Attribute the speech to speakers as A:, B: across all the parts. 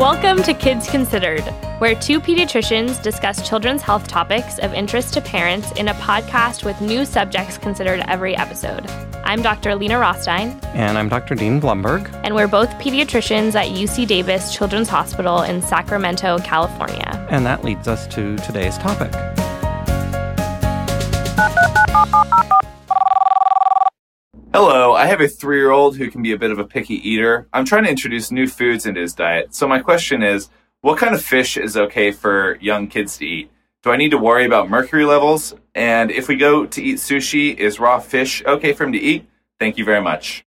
A: Welcome to Kids Considered, where two pediatricians discuss children's health topics of interest to parents in a podcast with new subjects considered every episode. I'm Dr. Lena Rothstein,
B: And I'm Dr. Dean Blumberg.
A: and we're both pediatricians at UC Davis Children's Hospital in Sacramento, California.
B: And that leads us to today's topic.
C: Hello, I have a three year old who can be a bit of a picky eater. I'm trying to introduce new foods into his diet. So, my question is what kind of fish is okay for young kids to eat? Do I need to worry about mercury levels? And if we go to eat sushi, is raw fish okay for him to eat? Thank you very much.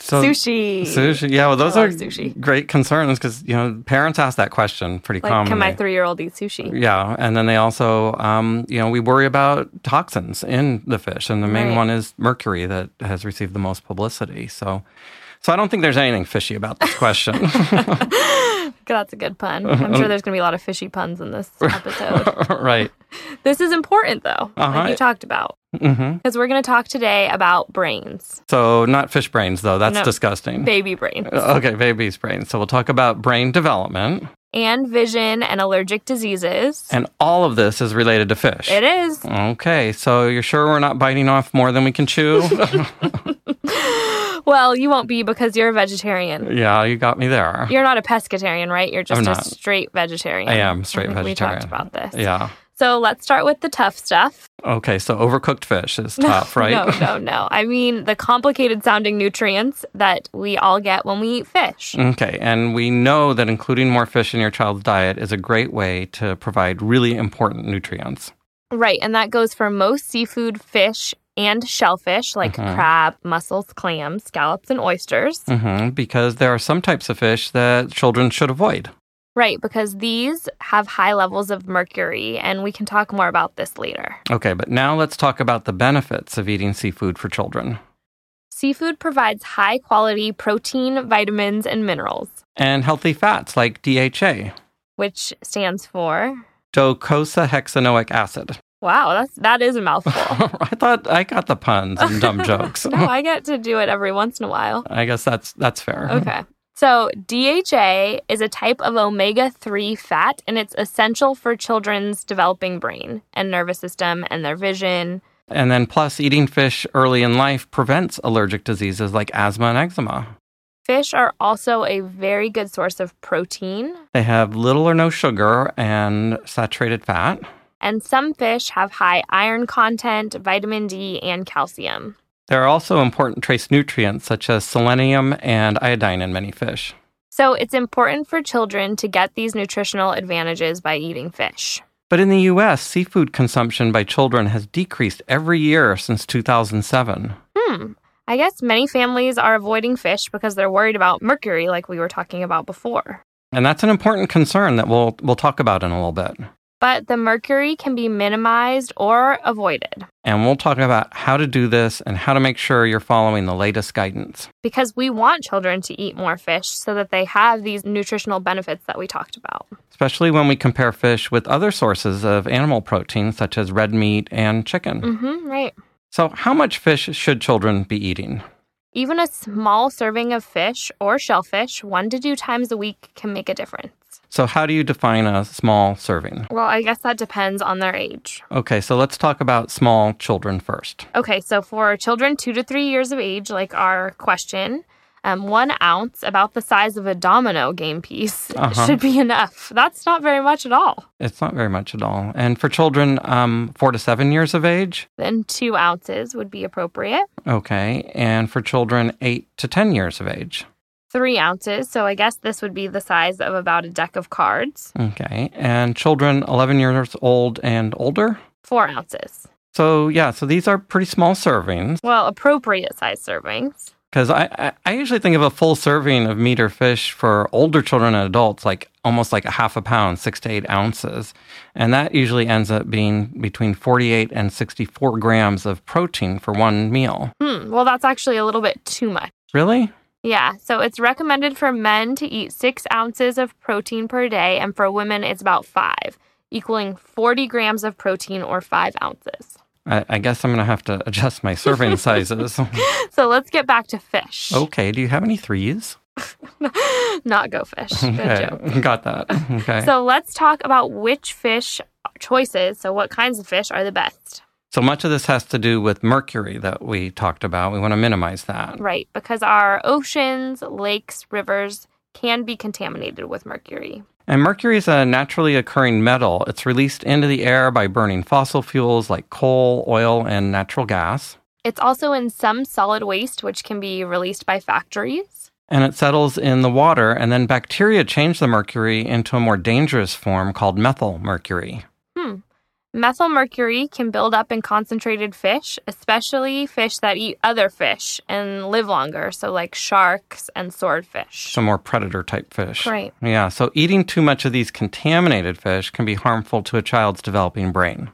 B: So
A: sushi.
B: Sushi. Yeah, well, those
A: I
B: are
A: love sushi.
B: great concerns because, you know, parents ask that question pretty
A: Like,
B: commonly.
A: can my three year old eat sushi?
B: yeah, and then they also, um, you know, we worry about toxins in the fish, and the main
A: Right.
B: one is mercury that has received the most publicity. So, so I don't think there's anything fishy about this question.
A: That's a good pun. I'm sure there's going to be a lot of fishy puns in this episode.
B: right.
A: this is important, though,
B: Uh-huh.
A: like you talked about,
B: hmm
A: because we're going to talk today about brains,
B: So, not fish brains though. That's
A: No.
B: disgusting.
A: baby brains.
B: okay, baby's brains. So we'll talk about brain development,
A: and vision and allergic diseases.
B: and all of this is related to fish.
A: It is.
B: Okay, so you're sure we're not biting off more than we can chew?
A: Well, you won't be because you're a vegetarian.
B: yeah, you got me there.
A: You're not a pescatarian, right? You're just
B: I'm
A: a
B: not.
A: straight vegetarian.
B: I am straight
A: think
B: vegetarian.
A: We talked about this.
B: yeah.
A: So let's start with the tough stuff.
B: Okay, so overcooked fish is tough, right?
A: No, no, no. I mean the complicated sounding nutrients that we all get when we eat fish.
B: Okay, and we know that including more fish in your child's diet is a great way to provide really important nutrients.
A: Right. And that goes for most seafood, fish, and shellfish like
B: Mhm.
A: crab, mussels, clams, scallops, and oysters.
B: hmm because there are some types of fish that children should avoid.
A: Right, because these have high levels of mercury, and we can talk more about this later.
B: Okay, but now let's talk about the benefits of eating seafood for children.
A: Seafood provides high quality protein, vitamins, and minerals,
B: And healthy fats like DHA,
A: which stands for.
B: docosahexaenoic acid.
A: Wow, that's, that is a mouthful.
B: I thought I got the puns and dumb jokes.
A: no, I get to do it every once in a while.
B: I guess that's that's fair.
A: Okay. So, DHA is a type of omega 3 fat, and it's essential for children's developing brain and nervous system and their vision.
B: And then plus eating fish early in life prevents allergic diseases like asthma and eczema.
A: Fish are also a very good source of protein,
B: They have little or no sugar and saturated fat.
A: and some fish have high iron content, vitamin D, and calcium.
B: There are also important trace nutrients such as selenium and iodine in many fish.
A: So it's important for children to get these nutritional advantages by eating fish.
B: But in the US, seafood consumption by children has decreased every year since 2007.
A: Hmm. I guess many families are avoiding fish because they're worried about mercury, like we were talking about before.
B: And that's an important concern that we'll we'll talk about in a little bit.
A: But the mercury can be minimized or avoided
B: And we'll talk about how to do this and how to make sure you're following the latest guidance.
A: because we want children to eat more fish so that they have these nutritional benefits that we talked about.
B: especially when we compare fish with other sources of animal protein, such as red meat and chicken.
A: Mm-hmm, right.
B: So, how much fish should children be eating?
A: Even a small serving of fish or shellfish, one to two times a week, can make a difference.
B: So, how do you define a small serving?
A: Well, I guess that depends on their age.
B: Okay, so let's talk about small children first.
A: Okay, so for children two to three years of age, like our question, um, one ounce, about the size of a domino game piece,
B: Uh-huh.
A: should be enough. That's not very much at all.
B: It's not very much at all. And for children um, four to seven years of age,
A: Then two ounces would be appropriate.
B: okay. And for children eight to 10 years of age,
A: Three ounces, so I guess this would be the size of about a deck of cards.
B: okay. And children 11 years old and older.
A: Four ounces.
B: So, yeah, so these are pretty small servings.
A: Well, appropriate size servings.
B: Because I, I, I usually think of a full serving of meat or fish for older children and adults, like almost like a half a pound, six to eight ounces. And that usually ends up being between 48 and 64 grams of protein for one meal.
A: Hmm, well, that's actually a little bit too much.
B: Really?
A: Yeah, so it's recommended for men to eat six ounces of protein per day, and for women, it's about five, equaling 40 grams of protein or five ounces.
B: I, I guess I'm going to have to adjust my serving sizes.
A: So let's get back to fish.
B: Oh. Okay, do you have any threes?
A: Not go fish. Good joke.
B: Okay, got that. Okay. So,
A: So let's talk about which fish choices. So what kinds of fish are the best?
B: much of this has to do with mercury that we talked about. We want to minimize that.
A: Right, because our oceans, lakes, rivers can be contaminated with mercury.
B: And mercury is a naturally occurring metal. It's released into the air by burning fossil fuels like coal, oil, and natural gas.
A: It's also in some solid waste, which can be released by factories.
B: and it settles in the water, and then bacteria change the mercury into a more dangerous form called methyl mercury.
A: Methyl mercury can build up in concentrated fish, especially fish that eat other fish and live longer, so like sharks and swordfish.
B: Some more predator type fish.
A: Right.
B: Yeah, so eating too much of these contaminated fish can be harmful to a child's developing brain.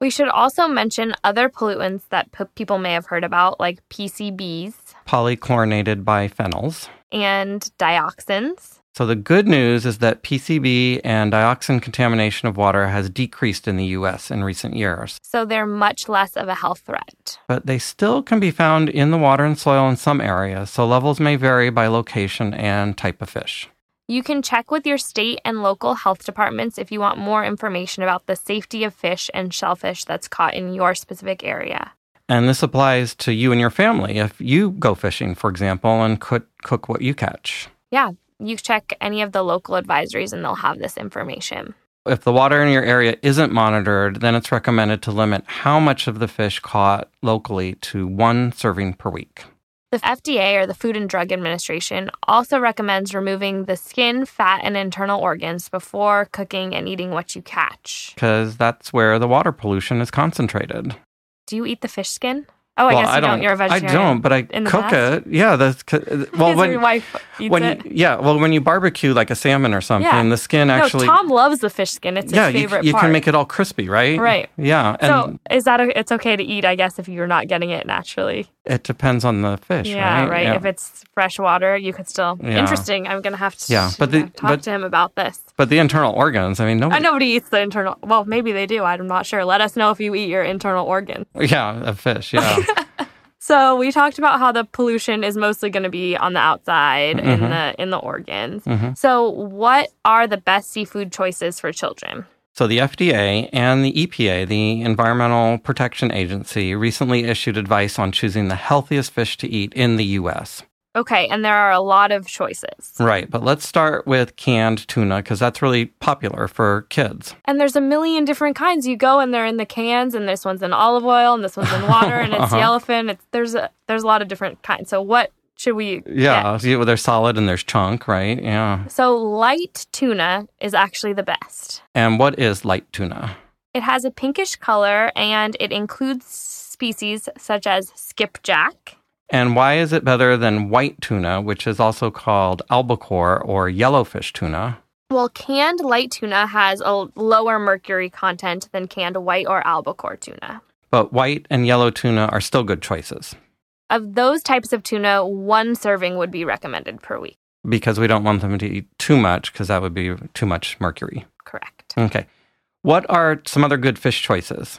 A: We should also mention other pollutants that p- people may have heard about, like PCBs
B: Polychlorinated biphenyls.
A: and dioxins.
B: So the good news is that PCB and dioxin contamination of water has decreased in the US in recent years,
A: So they're much less of a health threat.
B: but they still can be found in the water and soil in some areas, so levels may vary by location and type of fish.
A: You can check with your state and local health departments if you want more information about the safety of fish and shellfish that's caught in your specific area.
B: And this applies to you and your family if you go fishing, for example, and cook, cook what you catch.
A: Yeah, you check any of the local advisories and they'll have this information.
B: If the water in your area isn't monitored, then it's recommended to limit how much of the fish caught locally to one serving per week.
A: The FDA or the Food and Drug Administration also recommends removing the skin, fat, and internal organs before cooking and eating what you catch.
B: Because that's where the water pollution is concentrated.
A: Do you eat the fish skin? Oh, I guess you don't. You're a vegetarian.
B: I don't, but I
A: In the
B: cook
A: past?
B: it. Yeah, that's 'cause- well
A: His
B: when
A: wife eats
B: when
A: it.
B: you, yeah, well when you barbecue like a salmon or something,
A: Yeah.
B: the skin actually
A: no, Tom loves the fish skin. It's
B: yeah,
A: his
B: you,
A: favorite
B: you
A: part.
B: can make it all crispy, right?
A: Right.
B: Yeah, and
A: so is that a, it's okay to eat? I guess if you're not getting it naturally.
B: it depends on the fish,
A: yeah,
B: right?
A: right. If it's fresh water, you could still.
B: Yeah.
A: Interesting. I'm gonna have to
B: Yeah, but the-
A: talk
B: but-
A: to him about this.
B: But the internal organs, I mean, no.
A: I nobody eats the internal. Well, maybe they do. I'm not sure. Let us know if you eat your internal organ.
B: Yeah, a fish. Yeah,
A: So we talked about how the pollution is mostly going to be on the outside in the in the organs. So what are the best seafood choices for children?
B: So the FDA and the EPA, the Environmental Protection Agency, recently issued advice on choosing the healthiest fish to eat in the US.
A: Okay, and there are a lot of choices.
B: Right, but let's start with canned tuna because that's really popular for kids.
A: And there's a million different kinds. You go and they're in the cans, and this one's in olive oil, and this one's in water, and it's yellowfin. It's there's a there's a lot of different kinds. So what should we?
B: Yeah, see, well, they're solid and there's chunk, right? Yeah.
A: get? So light tuna is actually the best.
B: And what is light tuna?
A: It has a pinkish color, and it includes species such as skipjack.
B: And why is it better than white tuna, which is also called albacore or yellowfish tuna?
A: Well, canned light tuna has a lower mercury content than canned white or albacore tuna.
B: But white and yellow tuna are still good choices.
A: Of those types of tuna, one serving would be recommended per week.
B: because we don't want them to eat too much because that would be too much mercury.
A: Correct.
B: Okay. What are some other good fish choices?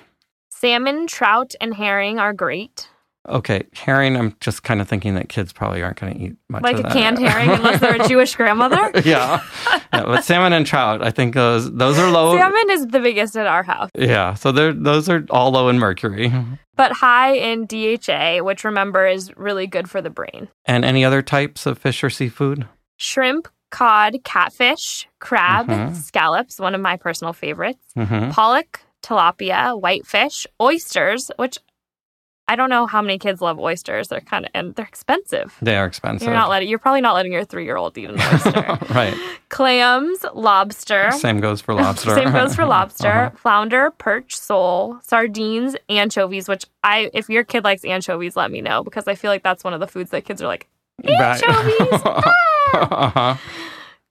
A: Salmon, trout, and herring are great.
B: Okay, herring. I'm just kind of thinking that kids probably aren't going to eat much
A: Like
B: of
A: a
B: that.
A: canned herring, unless they're a Jewish grandmother.
B: yeah. yeah, but salmon and trout. I think those those are low.
A: Salmon is the biggest at our house,
B: Yeah, so they're those are all low in mercury.
A: but high in DHA, which remember is really good for the brain.
B: And any other types of fish or seafood?
A: Shrimp, cod, catfish, crab,
B: Mhm.
A: scallops, one of my personal favorites.
B: hmm
A: pollock, tilapia, whitefish, oysters, which I don't know how many kids love oysters. They're kind of and they're expensive.
B: They are expensive.
A: You're not letting you're probably not letting your 3-year-old eat an oyster.
B: right.
A: Clams, lobster.
B: Same goes for lobster.
A: Same goes for lobster,
B: Uh-huh.
A: flounder, perch, sole, sardines, anchovies, which I if your kid likes anchovies, let me know because I feel like that's one of the foods that kids are like
B: Right.
A: Anchovies! Ah!
B: uh-huh.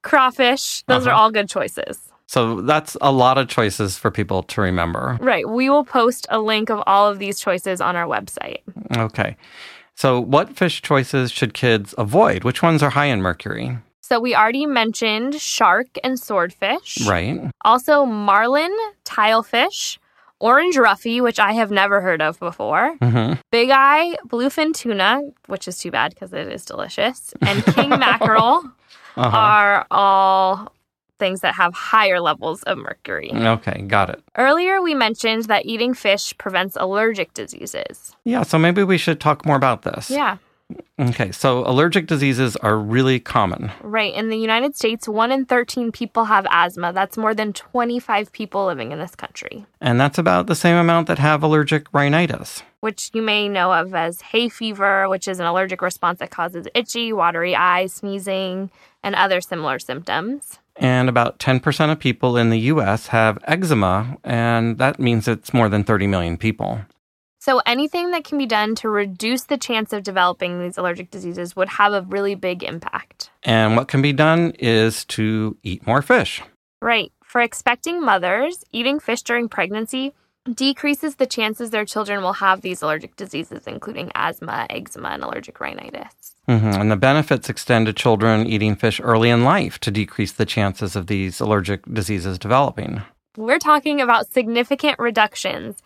A: crawfish. Those are
B: Uh-huh.
A: all good choices.
B: So that's a lot of choices for people to remember.
A: Right, we will post a link of all of these choices on our website.
B: Okay. So, what fish choices should kids avoid? Which ones are high in mercury?
A: So we already mentioned shark and swordfish.
B: Right.
A: Also marlin, tilefish, orange roughy, which I have never heard of before,
B: hmm
A: big eye, bluefin tuna, which is too bad because it is delicious, and king mackerel
B: Uh-huh.
A: are all things that have higher levels of mercury.
B: Okay, got it.
A: Earlier, we mentioned that eating fish prevents allergic diseases.
B: Yeah, so maybe we should talk more about this.
A: Yeah,
B: Okay, so allergic diseases are really common.
A: right. In the United States, 1 in 13 people have asthma. That's more than 25 people living in this country,
B: And that's about the same amount that have allergic rhinitis.
A: which you may know of as hay fever, which is an allergic response that causes itchy, watery eyes, sneezing, and other similar symptoms.
B: And about 10% of people in the US have eczema, and that means it's more than 30 million people.
A: So, anything that can be done to reduce the chance of developing these allergic diseases would have a really big impact.
B: And what can be done is to eat more fish.
A: Right. For expecting mothers, eating fish during pregnancy decreases the chances their children will have these allergic diseases, including asthma, eczema, and allergic rhinitis.
B: hmm And the benefits extend to children eating fish early in life to decrease the chances of these allergic diseases developing.
A: We're talking about significant reductions,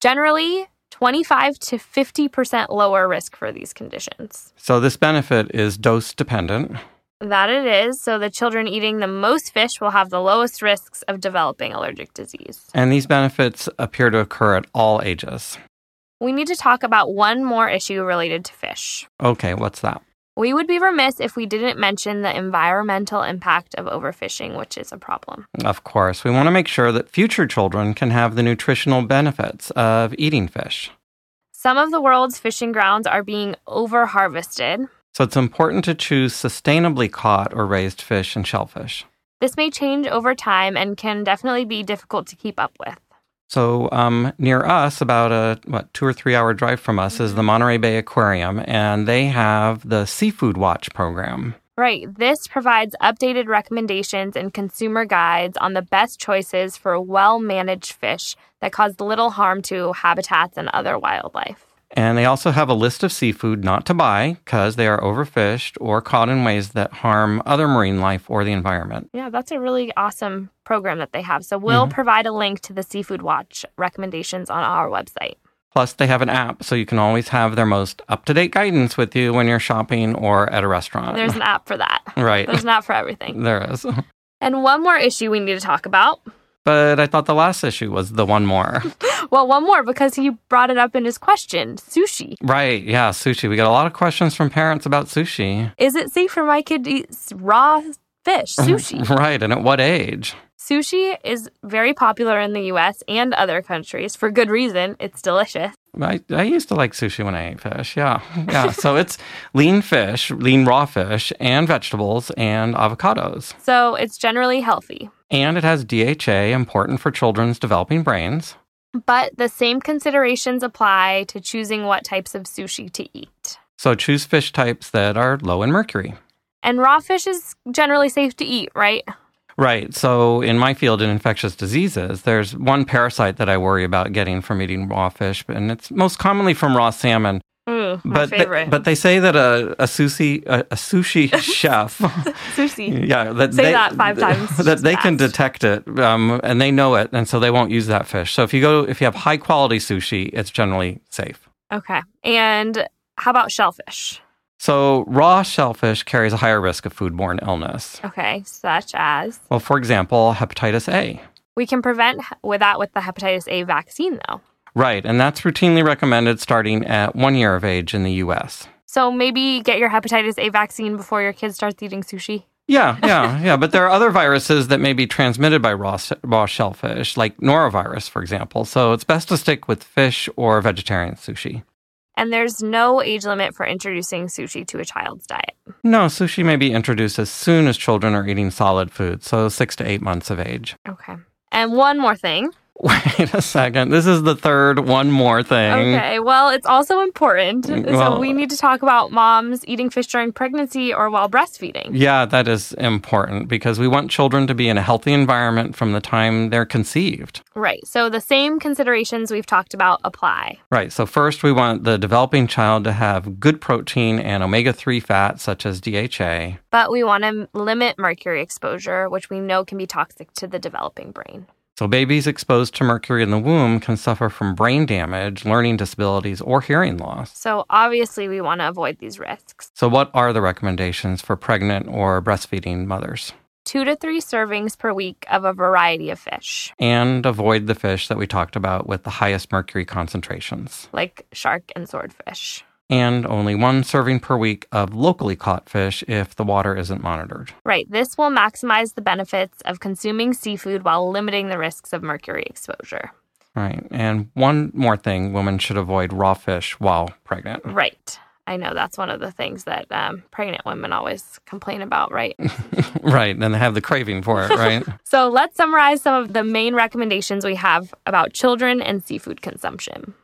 A: generally 25 to 50% lower risk for these conditions.
B: So, this benefit is dose dependent.
A: That it is. So, the children eating the most fish will have the lowest risks of developing allergic disease.
B: And these benefits appear to occur at all ages.
A: We need to talk about one more issue related to fish.
B: Okay, what's that?
A: We would be remiss if we didn't mention the environmental impact of overfishing, which is a problem.
B: Of course, we want to make sure that future children can have the nutritional benefits of eating fish.
A: Some of the world's fishing grounds are being overharvested.
B: So it's important to choose sustainably caught or raised fish and shellfish.
A: This may change over time and can definitely be difficult to keep up with.
B: So um, near us, about a what two or three hour drive from us, is the Monterey Bay Aquarium, and they have the Seafood Watch program.
A: Right, this provides updated recommendations and consumer guides on the best choices for well managed fish that cause little harm to habitats and other wildlife.
B: And they also have a list of seafood not to buy because they are overfished or caught in ways that harm other marine life or the environment.
A: Yeah, that's a really awesome program that they have. So we'll provide a link to the Seafood Watch recommendations on our website.
B: Plus, they have an app so you can always have their most up to date guidance with you when you're shopping or at a restaurant.
A: There's an app for that.
B: right.
A: There's an app for everything.
B: there is.
A: And one more issue we need to talk about.
B: But I thought the last issue was the one more.
A: Well, one more because he brought it up in his question sushi.
B: right. Yeah. Sushi. We got a lot of questions from parents about sushi.
A: Is it safe for my kid to eat s- raw fish? Sushi.
B: Right. And at what age?
A: sushi is very popular in the US and other countries for good reason. It's delicious.
B: I, I used to like sushi when I ate fish. Yeah. Yeah. so it's lean fish, lean raw fish, and vegetables and avocados.
A: So it's generally healthy.
B: And it has DHA, important for children's developing brains.
A: But the same considerations apply to choosing what types of sushi to eat.
B: So choose fish types that are low in mercury.
A: And raw fish is generally safe to eat, right?
B: Right. So in my field in infectious diseases, there's one parasite that I worry about getting from eating raw fish, and it's most commonly from raw salmon.
A: Mm, my
B: But they,
A: favorite.
B: but they say that a, a sushi a, a sushi chef,
A: sushi.
B: yeah, that
A: Say
B: they,
A: that five times
B: that they can
A: fast.
B: detect it, um, and they know it, and so they won't use that fish. So if you go if you have high quality sushi, it's generally safe.
A: Okay. And how about shellfish?
B: So, raw shellfish carries a higher risk of foodborne illness.
A: Okay, such as
B: Well, for example, hepatitis A.
A: we can prevent h- with that with the hepatitis A vaccine though.
B: Right, and that's routinely recommended starting at one year of age in the US.
A: So maybe get your hepatitis A vaccine before your kid starts eating sushi.
B: Yeah, yeah, yeah. But there are other viruses that may be transmitted by raw, s- raw shellfish, like norovirus, for example. So it's best to stick with fish or vegetarian sushi.
A: And there's no age limit for introducing sushi to a child's diet.
B: No, sushi may be introduced as soon as children are eating solid food, so six to eight months of age.
A: Okay. And one more thing.
B: Wait a second. This is the third one more thing.
A: Okay. Well, it's also important. so
B: Well-
A: we need to talk about moms eating fish during pregnancy or while breastfeeding.
B: Yeah, that is important because we want children to be in a healthy environment from the time they're conceived.
A: Right. So the same considerations we've talked about apply.
B: Right. So, first, we want the developing child to have good protein and omega 3 fats, such as DHA.
A: but we want to limit mercury exposure, which we know can be toxic to the developing brain.
B: So, babies exposed to mercury in the womb can suffer from brain damage, learning disabilities, or hearing loss.
A: So obviously, we want to avoid these risks.
B: So, what are the recommendations for pregnant or breastfeeding mothers?
A: Two to three servings per week of a variety of fish,
B: And avoid the fish that we talked about with the highest mercury concentrations.
A: like shark and swordfish.
B: And only one serving per week of locally caught fish if the water isn't monitored.
A: Right, this will maximize the benefits of consuming seafood while limiting the risks of mercury exposure.
B: Right. And one more thing women should avoid raw fish while pregnant.
A: Right. I know that's one of the things that um, pregnant women always complain about, right?
B: right. Then they have the craving for it, right?
A: so let's summarize some of the main recommendations we have about children and seafood consumption.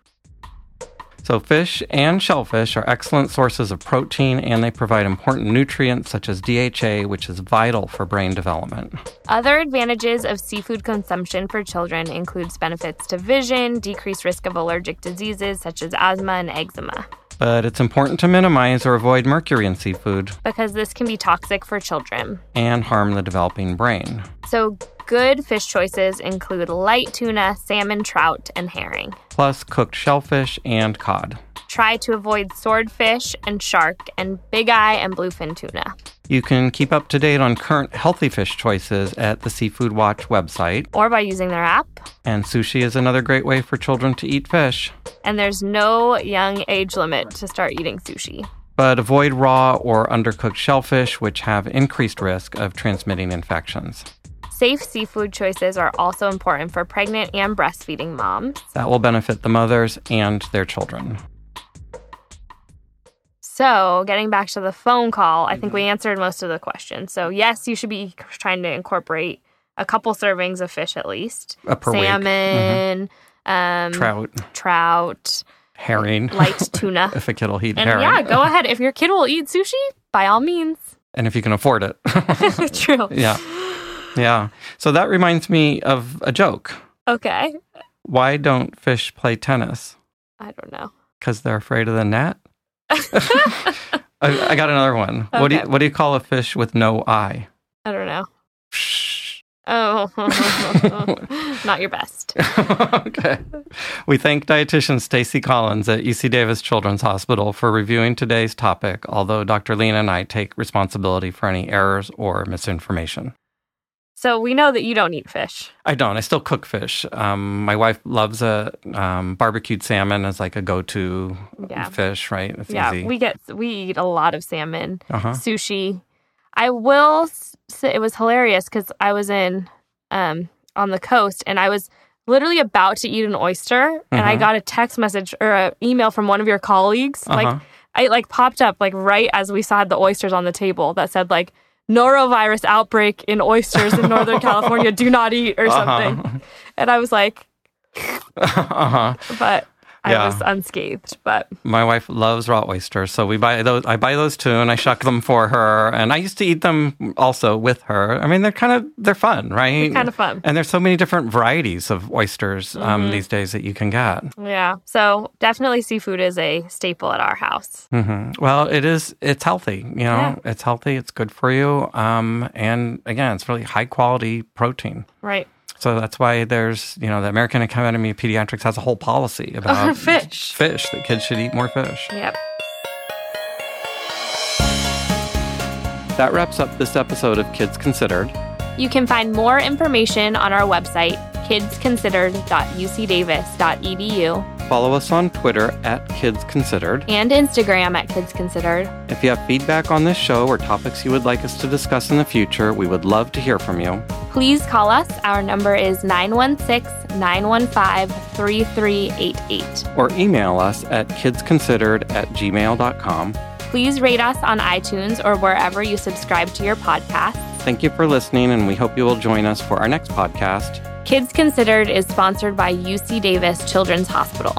B: So, fish and shellfish are excellent sources of protein and they provide important nutrients such as DHA, which is vital for brain development.
A: Other advantages of seafood consumption for children includes benefits to vision, decreased risk of allergic diseases such as asthma and eczema,
B: But it's important to minimize or avoid mercury in seafood
A: because this can be toxic for children.
B: and harm the developing brain.
A: So good fish choices include light tuna, salmon, trout, and herring.
B: Plus, cooked shellfish and cod.
A: Try to avoid swordfish and shark and big eye and bluefin tuna.
B: You can keep up to date on current healthy fish choices at the Seafood Watch website,
A: or by using their app.
B: and sushi is another great way for children to eat fish.
A: And there's no young age limit to start eating sushi.
B: But avoid raw or undercooked shellfish, which have increased risk of transmitting infections.
A: Safe seafood choices are also important for pregnant and breastfeeding moms.
B: That will benefit the mothers and their children.
A: So, getting back to the phone call, I
B: Mm-hmm.
A: think we answered most of the questions. So, yes, you should be trying to incorporate a couple servings of fish at least
B: Uh, per week.
A: salmon, um,
B: Trout,
A: trout,
B: herring,
A: light tuna.
B: if a kid will eat
A: and
B: herring.
A: yeah, go ahead. If your kid will eat sushi, by all means.
B: And if you can afford it.
A: True.
B: yeah. Yeah. So that reminds me of a joke.
A: Okay.
B: Why don't fish play tennis?
A: I don't know.
B: Because they're afraid of the net? I, I got another one. What, do you,
A: Okay.
B: what do you call a fish with no eye?
A: I don't know.
B: Psh.
A: Oh, not your best.
B: okay. We thank dietitian Stacy Collins at UC Davis Children's Hospital for reviewing today's topic, although Dr. Lena and I take responsibility for any errors or misinformation.
A: So we know that you don't eat fish.
B: I don't. I still cook fish. Um, my wife loves a um, barbecued salmon as like a go-to
A: Yeah.
B: fish, right? It's
A: yeah,
B: easy.
A: we get we eat a lot of salmon,
B: uh-huh.
A: sushi. I will s- say it was hilarious cuz I was in um on the coast and I was literally about to eat an oyster and I
B: Mhm.
A: got a text message or an email from one of your colleagues
B: Uh-huh.
A: like I like popped up like right as we saw the oysters on the table that said like norovirus outbreak in oysters in northern california do not eat or something and i was like
B: uh-huh.
A: but I
B: Yeah.
A: was unscathed. But
B: My wife loves raw oysters, so we buy those. I buy those too, and I shuck them for her. And I used to eat them also with her. I mean, they're kind of they're fun, right?
A: kind of fun. Mm-hmm.
B: And there's so many different varieties of oysters um, these days that you can get.
A: Yeah. So definitely seafood is a staple at our house.
B: hmm Well, it is. It's healthy. You
A: Yeah.
B: know, it's healthy. It's good for you. Um, and again, it's really high quality protein.
A: Right.
B: So that's why there's you know the American Academy of Pediatrics has a whole policy about
A: fish.
B: Fish that kids should eat more fish.
A: Yep.
B: That wraps up this episode of Kids Considered.
A: You can find more information on our website, kidsconsidered.ucdavis.edu,
B: Follow us on Twitter at Kids Considered.
A: and Instagram at kidsconsidered.
B: If you have feedback on this show or topics you would like us to discuss in the future, we would love to hear from you.
A: Please call us. Our number is 916 915 3388.
B: Or email us at kidsconsidered at gmail.com.
A: Please rate us on iTunes or wherever you subscribe to your podcast.
B: Thank you for listening, and we hope you will join us for our next podcast.
A: Kids Considered is sponsored by UC Davis Children's Hospital.